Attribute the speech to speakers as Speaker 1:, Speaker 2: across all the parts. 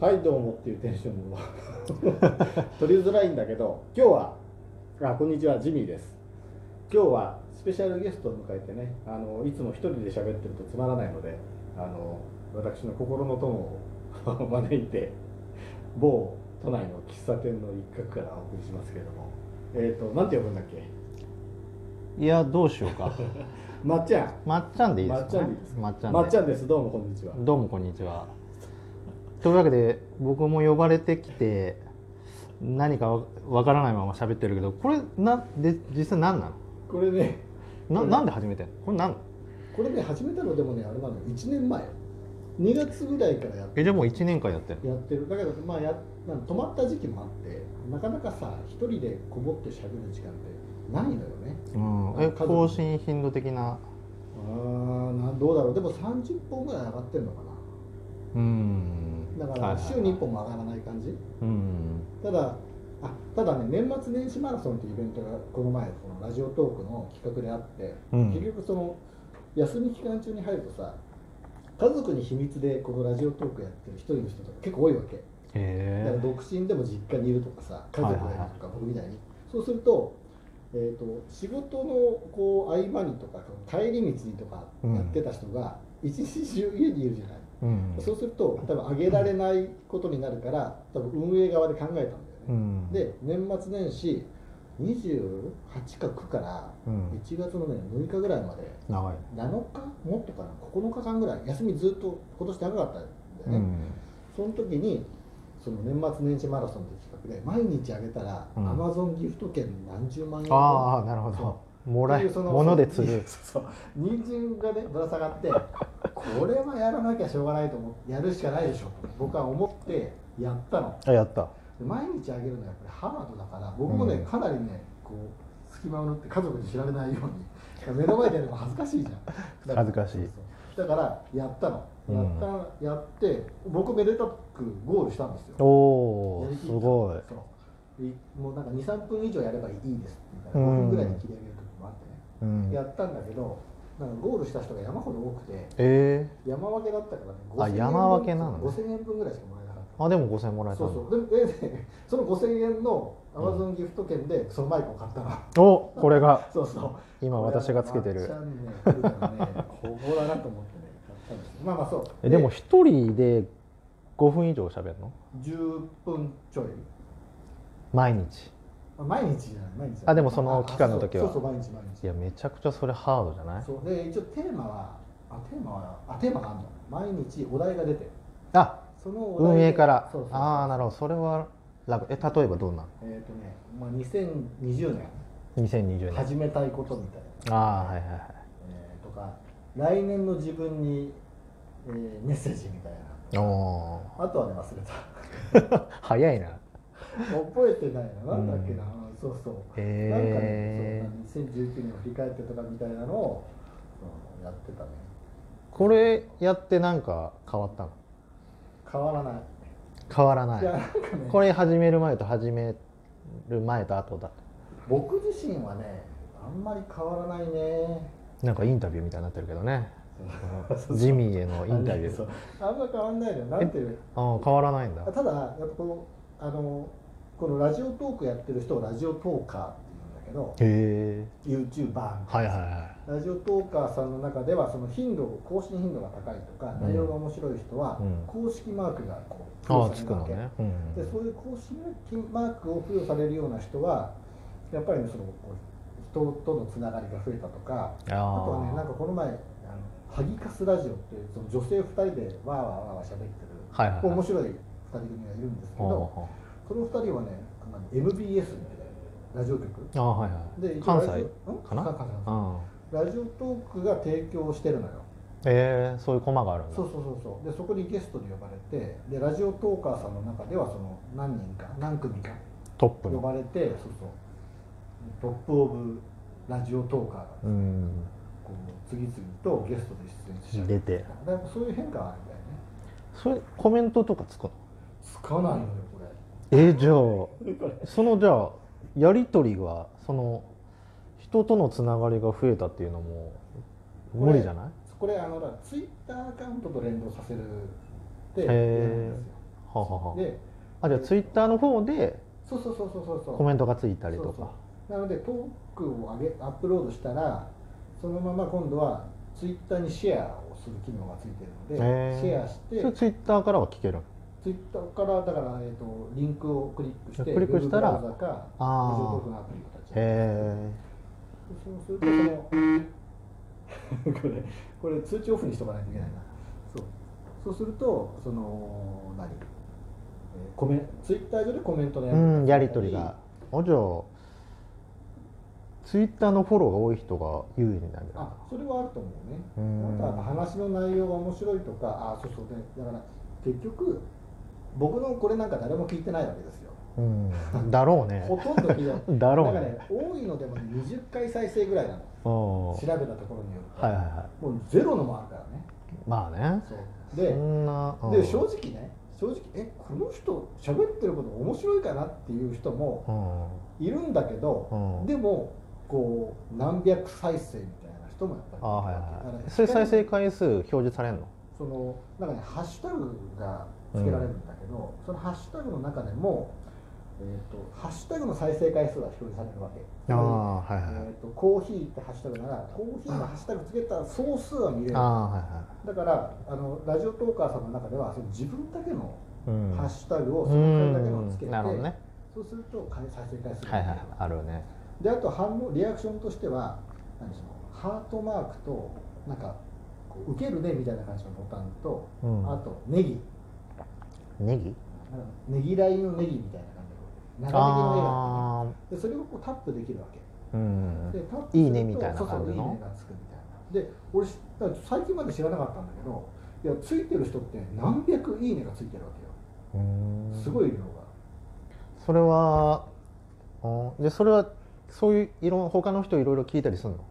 Speaker 1: はいどうもっていうテンションも 取りづらいんだけど今日はあこんにちはジミーです今日はスペシャルゲストを迎えてねあのいつも一人で喋ってるとつまらないのであの私の心の友を 招いて某都内の喫茶店の一角からお送りしますけれどもえっ、となんて呼ぶんだっけ
Speaker 2: いやどうしよ うか
Speaker 1: まっちゃん
Speaker 2: まっちゃんでいいですか、ね、
Speaker 1: まっちゃん
Speaker 2: で
Speaker 1: まっちゃんですどうもこんにちは
Speaker 2: どうもこんにちはというわけで僕も呼ばれてきて何かわわからないまま喋ってるけどこれなで実際何な
Speaker 1: これね
Speaker 2: の
Speaker 1: こ
Speaker 2: な
Speaker 1: れ
Speaker 2: なんで始めてんのこれ何
Speaker 1: これね始めたのでもねあれなのよ1年前2月ぐらいからやっ
Speaker 2: えじゃあもう1年間やってる
Speaker 1: やってるだけどまあやなんか止まった時期もあってなかなかさ一人でこもってしゃべる時間ってないのよね
Speaker 2: うんえ
Speaker 1: 家族
Speaker 2: 更新頻度的な
Speaker 1: ああなんどうだろうでも30本ぐらい上がってるのか
Speaker 2: うん
Speaker 1: なだか
Speaker 2: はい
Speaker 1: ら
Speaker 2: はいはい
Speaker 1: 週に1本も上がらない感じ
Speaker 2: うん
Speaker 1: ただあただね年末年始マラソンっていうイベントがこの前このラジオトークの企画であって、
Speaker 2: うん
Speaker 1: 結局その休み期間中に入るとさ家族に秘密でこのラジオトークやってる一人の人とか結構多いわけ
Speaker 2: へ
Speaker 1: だから
Speaker 2: え
Speaker 1: 独身でも実家にいるとかさ家族がいる
Speaker 2: はいはい
Speaker 1: とか僕みたいにそうすると,、えー、と仕事のこう合間にとか帰り道にとかやってた人が一日中家にいるじゃない、
Speaker 2: うん
Speaker 1: そうすると多分あげられないことになるから多分運営側で考えたんだよね、
Speaker 2: うん
Speaker 1: で年末年始28か9から
Speaker 2: うん
Speaker 1: 1月のね6日ぐらいまで
Speaker 2: 長いね
Speaker 1: 7日もっとかな9日間ぐらい休みずっと今年長かったんだよね、
Speaker 2: うん
Speaker 1: その時にその年末年始マラソンという企画で毎日あげたら、
Speaker 2: うん
Speaker 1: アマゾンギフト券何十万円
Speaker 2: ああなるほどもらえ
Speaker 1: っていうその
Speaker 2: 物で釣る
Speaker 1: そうそう人参がねぶら下がってこれはやらなきゃしょうがないと思ってやるしかないでしょと僕は思ってやったの
Speaker 2: あやった
Speaker 1: で毎日あげるのはやっぱりハードだから僕もね、
Speaker 2: うん
Speaker 1: かなりねこう隙間を縫って家族に知られないように目の前でやるの恥ずかしいじゃんだら
Speaker 2: 恥ずかしい
Speaker 1: そうそうだからやったのやった、やって僕めでたくゴールしたんですよ
Speaker 2: お
Speaker 1: や
Speaker 2: お
Speaker 1: りきっ
Speaker 2: す
Speaker 1: た
Speaker 2: ごい
Speaker 1: そういもうなんか23分以上やればいいですって言うから5分ぐらいで切り上げる時もあってね、
Speaker 2: うん
Speaker 1: やったんだけどなんかゴールした人が山ほど多くて
Speaker 2: ええ
Speaker 1: 山分けだったからね5000円分
Speaker 2: あ山分けなの
Speaker 1: 5000円分ぐらいしかもらえなかった
Speaker 2: あでも5000もらえた
Speaker 1: そ
Speaker 2: ん
Speaker 1: う
Speaker 2: だ
Speaker 1: そうででで その5000円のアマゾンギフト券でそのマイクを買ったの、
Speaker 2: おこれが
Speaker 1: そうそう
Speaker 2: 今私がつけて
Speaker 1: これ
Speaker 2: る
Speaker 1: はねマッチャンね来るからねここだなと思ってね買ったんですよまあまあそう
Speaker 2: えでも一人で5分以上喋るの
Speaker 1: 10分ちょい
Speaker 2: 毎日
Speaker 1: あ毎日じゃない毎日じゃない
Speaker 2: あでもその期間の時は
Speaker 1: あそうそうそう毎日毎
Speaker 2: い
Speaker 1: 日
Speaker 2: やめちゃくちゃそれハードじゃない
Speaker 1: そうで一応テーマはあテーマはあテーマがあるの毎日お題が出て
Speaker 2: あ
Speaker 1: そのお題
Speaker 2: 運営から
Speaker 1: そうそうそう
Speaker 2: ああなるほどそれは楽え例えばどんな
Speaker 1: えっ、とね、まあ、2020年
Speaker 2: 2020年
Speaker 1: 始めたいことみたいな
Speaker 2: ああはいはいはい
Speaker 1: えーとか来年の自分に、えーメッセージみたい
Speaker 2: おお
Speaker 1: なあとはね忘れた
Speaker 2: ー 早いな
Speaker 1: 覚えてないななんだっけな、そうそう、なんか
Speaker 2: へえ
Speaker 1: ねそう2019年を振り返ってとかみたいなのを、うんやってたね
Speaker 2: これやってなんか変わったの
Speaker 1: 変わらない、
Speaker 2: 変わら
Speaker 1: い、やな
Speaker 2: な
Speaker 1: いんかね
Speaker 2: これ始める前と始める前と後だ
Speaker 1: 僕自身はねあんまり変わらないね
Speaker 2: なんかインタビューみたいになってるけどねジミーへ のインタビュ
Speaker 1: そう
Speaker 2: ー
Speaker 1: あんま変わらないのよなんていう
Speaker 2: ああ変わらないんだ
Speaker 1: ただやっぱこのあのこのラジオトークやってる人をラジオトーカーっていうんだ
Speaker 2: へえ
Speaker 1: けど YouTuber みたいな
Speaker 2: はいはいはい
Speaker 1: ラジオトーカーさんの中ではその頻度を更新頻度が高いとか
Speaker 2: うん
Speaker 1: 内容が面白い人は
Speaker 2: うん
Speaker 1: 公式マークがこう
Speaker 2: ああ
Speaker 1: 付与され
Speaker 2: つく
Speaker 1: る
Speaker 2: の
Speaker 1: わけ
Speaker 2: ね、うん、
Speaker 1: でそういう公式マークを付与されるような人はやっぱりねそのこう人とのつながりが増えたとか
Speaker 2: あ
Speaker 1: あ
Speaker 2: あ
Speaker 1: とはねなんかこの前あのハギカスラジオっていうその女性2人でわーわーわーわー喋って
Speaker 2: はいはい
Speaker 1: る
Speaker 2: はい
Speaker 1: 面白い2人組がいるんですけど
Speaker 2: は
Speaker 1: その2人はねあの MBS みたいなラジオ局
Speaker 2: ああはいはい
Speaker 1: で
Speaker 2: 関
Speaker 1: 一応ラジ
Speaker 2: 西
Speaker 1: オん
Speaker 2: かな
Speaker 1: 関西
Speaker 2: うん
Speaker 1: ラジオトークが提供してるのよ
Speaker 2: ええそういうコマがあるんだ
Speaker 1: そうそうそうそうでそこにゲストで呼ばれてでラジオトーカーさんの中ではその何人か何組か
Speaker 2: トップ
Speaker 1: 呼
Speaker 2: の
Speaker 1: ばれてそうそうトップオブラジオトーカーが
Speaker 2: うん
Speaker 1: こう次々とゲストで出演して
Speaker 2: 出て
Speaker 1: だからそういう変化があるんだよね
Speaker 2: それコメントとかつくの
Speaker 1: つかないのよこれ
Speaker 2: えじ ゃあそのじゃあやり取りがその人とのつながりが増えたっていうのも無理じゃない
Speaker 1: これあのだツイッターアカウントと連動させるって
Speaker 2: へー
Speaker 1: やるんですよ
Speaker 2: はあははは
Speaker 1: で
Speaker 2: あじゃあツイッターの方で
Speaker 1: そうそうそうそうそうそう
Speaker 2: コメントがついたりと
Speaker 1: そう
Speaker 2: か
Speaker 1: そうなのでトークを上げアップロードしたらそのまま今度はツイッターにシェアをする機能がついてるの
Speaker 2: へ
Speaker 1: で
Speaker 2: ー
Speaker 1: シェアし
Speaker 2: そ
Speaker 1: て
Speaker 2: れツイッターからは聞ける
Speaker 1: ツイッターからだから、えー、とリンクをクリックして
Speaker 2: クリックしたら
Speaker 1: Google ブラウザか
Speaker 2: あー
Speaker 1: ラジオトークのアプリを立ち上げて
Speaker 2: へ
Speaker 1: そうするとそのこれこれ通知オフにしとかないといけないなそうそうするとその何、えーコメンツイッター上でコメントの
Speaker 2: え
Speaker 1: や
Speaker 2: うんやり取りがあじゃあツイッターのフォローが多い人が優位になるんじゃない
Speaker 1: あそれはあると思うね
Speaker 2: うん
Speaker 1: あとは話の内容が面白いとかあそうそうねだから結局僕のこれなんか誰も聞いてないわけですよ
Speaker 2: うんだろうね
Speaker 1: ほとんど聞いてない
Speaker 2: だろ
Speaker 1: な
Speaker 2: う
Speaker 1: んか
Speaker 2: ね
Speaker 1: ね多いのでもね20回再生ぐらいなの
Speaker 2: うんは
Speaker 1: 調
Speaker 2: い
Speaker 1: べたところによると、
Speaker 2: はいは
Speaker 1: もうゼロのもあるからね
Speaker 2: いまあね
Speaker 1: そう
Speaker 2: そ
Speaker 1: で、
Speaker 2: んなうん
Speaker 1: で正直ね正直えこの人喋ってること面白いかなっていう人も
Speaker 2: うん
Speaker 1: いるんだけど、
Speaker 2: うん
Speaker 1: でもこう何百再生みたいな人もやっぱり
Speaker 2: あはい
Speaker 1: だから
Speaker 2: は
Speaker 1: ね
Speaker 2: いそれ再生回数表示されるの
Speaker 1: そのなんかねハッシュタグがつけられるんだけど、そのハッシュタグの中でも、えー、とハッシュタグの再生回数が表示されるわけ
Speaker 2: ああはいはいはい
Speaker 1: えー、とコーヒーってハッシュタグならコーヒーのハッシュタグつけた総数は見れる
Speaker 2: ああはいは
Speaker 1: だからあのラジオトーカーさんの中ではその自分だけの
Speaker 2: いうん
Speaker 1: ハッシュタグをその回だけのつけて、
Speaker 2: うんなるほどね
Speaker 1: そうすると回再生回数が
Speaker 2: はい
Speaker 1: 見れ
Speaker 2: は
Speaker 1: る
Speaker 2: いあるね
Speaker 1: であと反応リアクションとしては何そのハートマークとなんかこう受けるねみたいな感じのボタンと、
Speaker 2: うん
Speaker 1: あとネギ
Speaker 2: ネギ
Speaker 1: なんかネギラインのネギみたいな感じの長ネギの絵があ
Speaker 2: あ
Speaker 1: ってでそれをこうタップできるわけ
Speaker 2: あうん
Speaker 1: でタップすると
Speaker 2: いいねみたいな感じの
Speaker 1: そうそういいねがつくみたいなで俺しだから最近まで知らなかったんだけどいやついてる人って何百いいねがついてるわけよす
Speaker 2: い
Speaker 1: ごい量が
Speaker 2: それはうんでそれはそういういろん他の人いろいろ聞いたりするの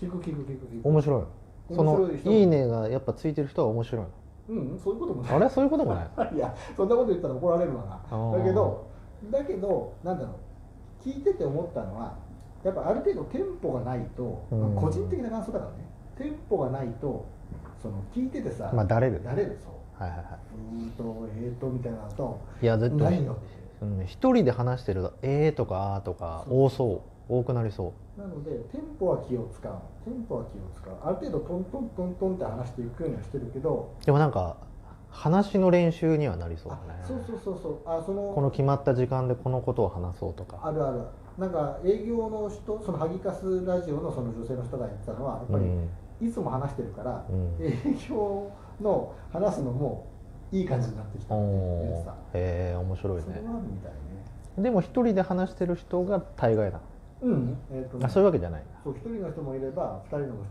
Speaker 1: 聞く聞く聞く聞く
Speaker 2: 面白いのその
Speaker 1: 面白い人
Speaker 2: いいねがやっぱついてる人は面白いの
Speaker 1: うんそういうこともない
Speaker 2: あれそういうこと もない
Speaker 1: いやそんなこと言ったら怒られるわな
Speaker 2: ー
Speaker 1: だけどだけどなんだろう聞いてて思ったのはやっぱある程度テンポがないと、
Speaker 2: うん
Speaker 1: まあ個人的な感想だからねテンポがないとその聞いててさ、
Speaker 2: まあだれる
Speaker 1: だれるそう
Speaker 2: はいはいは
Speaker 1: うーんとえーとみたいなのと
Speaker 2: いいや絶
Speaker 1: ない
Speaker 2: 対
Speaker 1: の
Speaker 2: うん一人で話してると「えー」とか「あー」とか
Speaker 1: そう
Speaker 2: 多そう多くなりそ
Speaker 1: なのでテンポは気を使うテンポは気を使うある程度トントントントンって話していくようにはしてるけど
Speaker 2: うでもなんか話の練習にはなりそう
Speaker 1: あ
Speaker 2: だね
Speaker 1: そうそうそうそうあその
Speaker 2: この決まった時間でこのことを話そうとか
Speaker 1: あるあるなんか営業の人そのハギカスラジオのその女性の人が言ってたのはやっぱ
Speaker 2: うん
Speaker 1: りいつも話してるから、
Speaker 2: うん
Speaker 1: 営業の話すのもいい感じになってきたって言って
Speaker 2: お
Speaker 1: た
Speaker 2: へえ面白い
Speaker 1: それ
Speaker 2: ね
Speaker 1: はあるみたいね
Speaker 2: でも一人で話してる人が大概な
Speaker 1: うんえっ、とね
Speaker 2: あそういうわけじゃない
Speaker 1: そう一人の人もいれば二人の人もい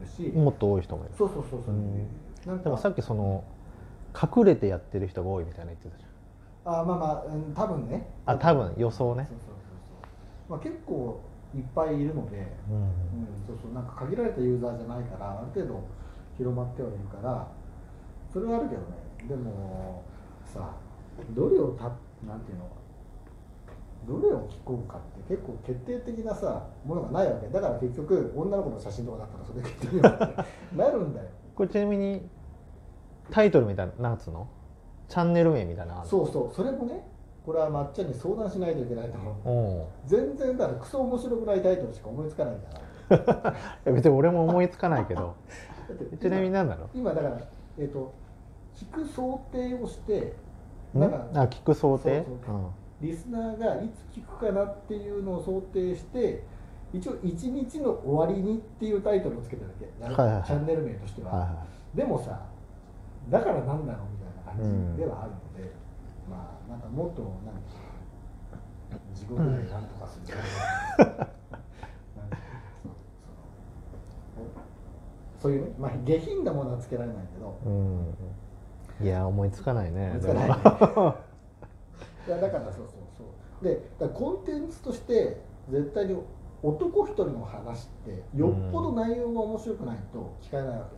Speaker 1: るし、
Speaker 2: もっと多い人もいる
Speaker 1: そうそうそうそう、
Speaker 2: うん
Speaker 1: なん
Speaker 2: で
Speaker 1: か
Speaker 2: もさっきその隠れてやってる人が多いみたいな言ってたじ
Speaker 1: あまあまあ、うん、多分ね
Speaker 2: ゃんあ多分予想ね
Speaker 1: そうそうそうそうまあ結構いっぱいいるので、
Speaker 2: う
Speaker 1: うんん、そうそうなんか限られたユーザーじゃないからある程度広まってはいるからそれはあるけどねでもさどれをたなんていうのどれを聞こうかって結構決定的なさものがないわけだから結局女の子の写真とかだったらそれ決定に なるんだよ
Speaker 2: これちなみにタイトルみたいななんつうのチャンネル名みたいなのある
Speaker 1: そうそうそれもねこれは抹茶に相談しないといけないと思う
Speaker 2: おう
Speaker 1: 全然だからクソ面白くないタイトルしか思いつかないから
Speaker 2: いや別に俺も思いつかないけど
Speaker 1: だって
Speaker 2: ちなみに何だろ
Speaker 1: 今だからえっ、と聞く想定をして
Speaker 2: うん
Speaker 1: だか
Speaker 2: あ聞く想定
Speaker 1: そうそうリスナーがいつ聞くかなっていうのを想定して一応「一日の終わりに」っていうタイトルをつけただけ、
Speaker 2: はいはいはい
Speaker 1: チャンネル名として
Speaker 2: うん
Speaker 1: は、
Speaker 2: はいは
Speaker 1: でもさだからなんだろうみたいな
Speaker 2: うん
Speaker 1: 感じではあるので、まあなんかもっとなんか地獄でなんとかする、なんかそうそうそういうね、まあ、下品なものはつけられないけど、
Speaker 2: いうんいや思いつかないね
Speaker 1: 思いつかない
Speaker 2: でも
Speaker 1: いやだからそうそうそうでだからコンテンツとして絶対に男一人の話ってよっぽど内容が面白くないと聞かれないわけ、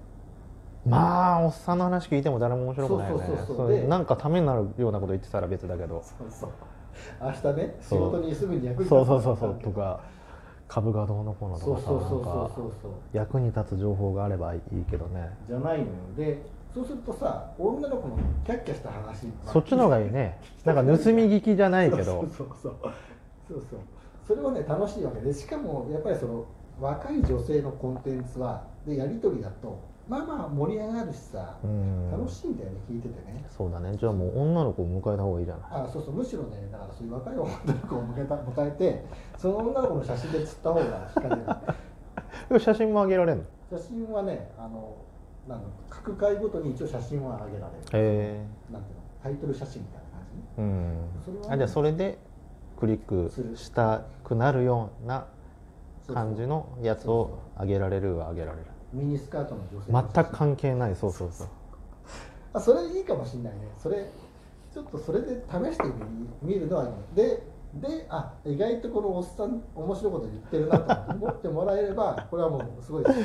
Speaker 2: まあおっさんの話聞いても誰も面白くないよね
Speaker 1: そうそうそうそう
Speaker 2: れ
Speaker 1: で
Speaker 2: なんかためになるようなこと言ってたら別だけど
Speaker 1: そうそう明日ね仕
Speaker 2: そう
Speaker 1: 事にすぐに役に立つ
Speaker 2: そうそうそうそうとか株がどうのこうの
Speaker 1: そ
Speaker 2: と
Speaker 1: う
Speaker 2: か
Speaker 1: そう
Speaker 2: さ
Speaker 1: そう
Speaker 2: なん
Speaker 1: そう
Speaker 2: か
Speaker 1: そうそう
Speaker 2: 役に立つ情報があればいいけどね
Speaker 1: じゃないのよでそうするとさ女の子のキャッキャした話
Speaker 2: そっちの方がいい ねなんか盗み聞きじゃないけ
Speaker 1: そ
Speaker 2: ど
Speaker 1: うそうそうそうそうそれはね楽しいわけでしかもやっぱりその若い女性のコンテンツはでやり取りだとまあまあ盛り上がるしさ、
Speaker 2: うん
Speaker 1: 楽しいんだよね聞いててね
Speaker 2: そうだねじゃあもう女の子を迎えた方がいいじゃない
Speaker 1: あそうそうむしろねだからそういう若い女の子を迎えた迎えてその女の子の写真で釣った方が惹か れ
Speaker 2: これ写真もあげられるのへ
Speaker 1: る写真はねあのなんだろう各回ごとに一応写真はあげられる
Speaker 2: え
Speaker 1: なんていうのタイトル写真みたいな感じね
Speaker 2: うん
Speaker 1: それはね
Speaker 2: あじゃあそれでクリックしたくなるような
Speaker 1: そうそう
Speaker 2: 感じのやつをあげられるはあげられる
Speaker 1: ミニスカートの女性の写真
Speaker 2: 全く関係ないそうそうそう
Speaker 1: あそれいいかもしれないねそれちょっとそれで試してみるのはいいねでであ意外とこのおっさん面白いこと言ってるなと思ってもらえれば これはもうすごい幸せ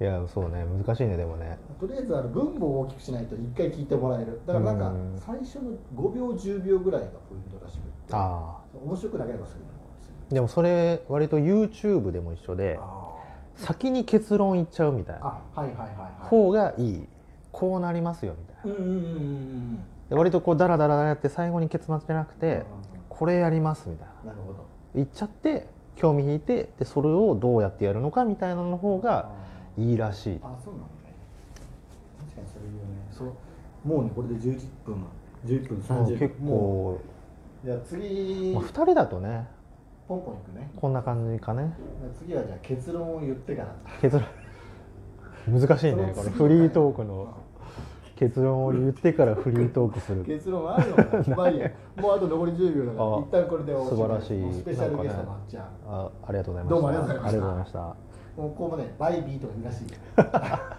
Speaker 2: いやそうね難しいねでもね
Speaker 1: とりあえずあの分母を大きくしないと一回聞いてもらえるだからな
Speaker 2: うんん
Speaker 1: か最初の5秒10秒ぐらいがポイントらしくて
Speaker 2: あ
Speaker 1: 面白くなければすぐに
Speaker 2: あでもそれ割と YouTube でも一緒で
Speaker 1: あ
Speaker 2: 先に結論言っちゃうみたいな
Speaker 1: あはいはいはいはい
Speaker 2: 方がいいこうなりますよみたい
Speaker 1: うんうん
Speaker 2: な
Speaker 1: うんうんうん
Speaker 2: で割とこうダラダラダラやって最後に結末じゃなく
Speaker 1: うんうん
Speaker 2: てこれやりますみたい
Speaker 1: な
Speaker 2: な
Speaker 1: るほど
Speaker 2: 言っちゃって興味引いてでそれをどうやってやるのかみたいなの方がいいらしい
Speaker 1: あそうなのね確かにそれ言うねそうもうねこれで11分11分
Speaker 2: う
Speaker 1: 30
Speaker 2: ん
Speaker 1: 分
Speaker 2: 結構、
Speaker 1: じゃあ次
Speaker 2: まあ、2人だとね
Speaker 1: ポンポンいくね
Speaker 2: こんな感じかね
Speaker 1: 次はじゃあ結論を言ってから
Speaker 2: 結論 難しいねこのフリートークの結論を言ってからフリートークする
Speaker 1: 結論はあるのか なまあいいやもうあと残り10秒だか
Speaker 2: あ
Speaker 1: ら一旦これで終わり
Speaker 2: 素晴らしい
Speaker 1: もうスペシャルゲスト
Speaker 2: なんか
Speaker 1: ま
Speaker 2: ね
Speaker 1: っちゃん
Speaker 2: あありがとうございました
Speaker 1: どうもありがとうございました
Speaker 2: ありがとうございました
Speaker 1: もうこうもねバイビーとか言うらしいよ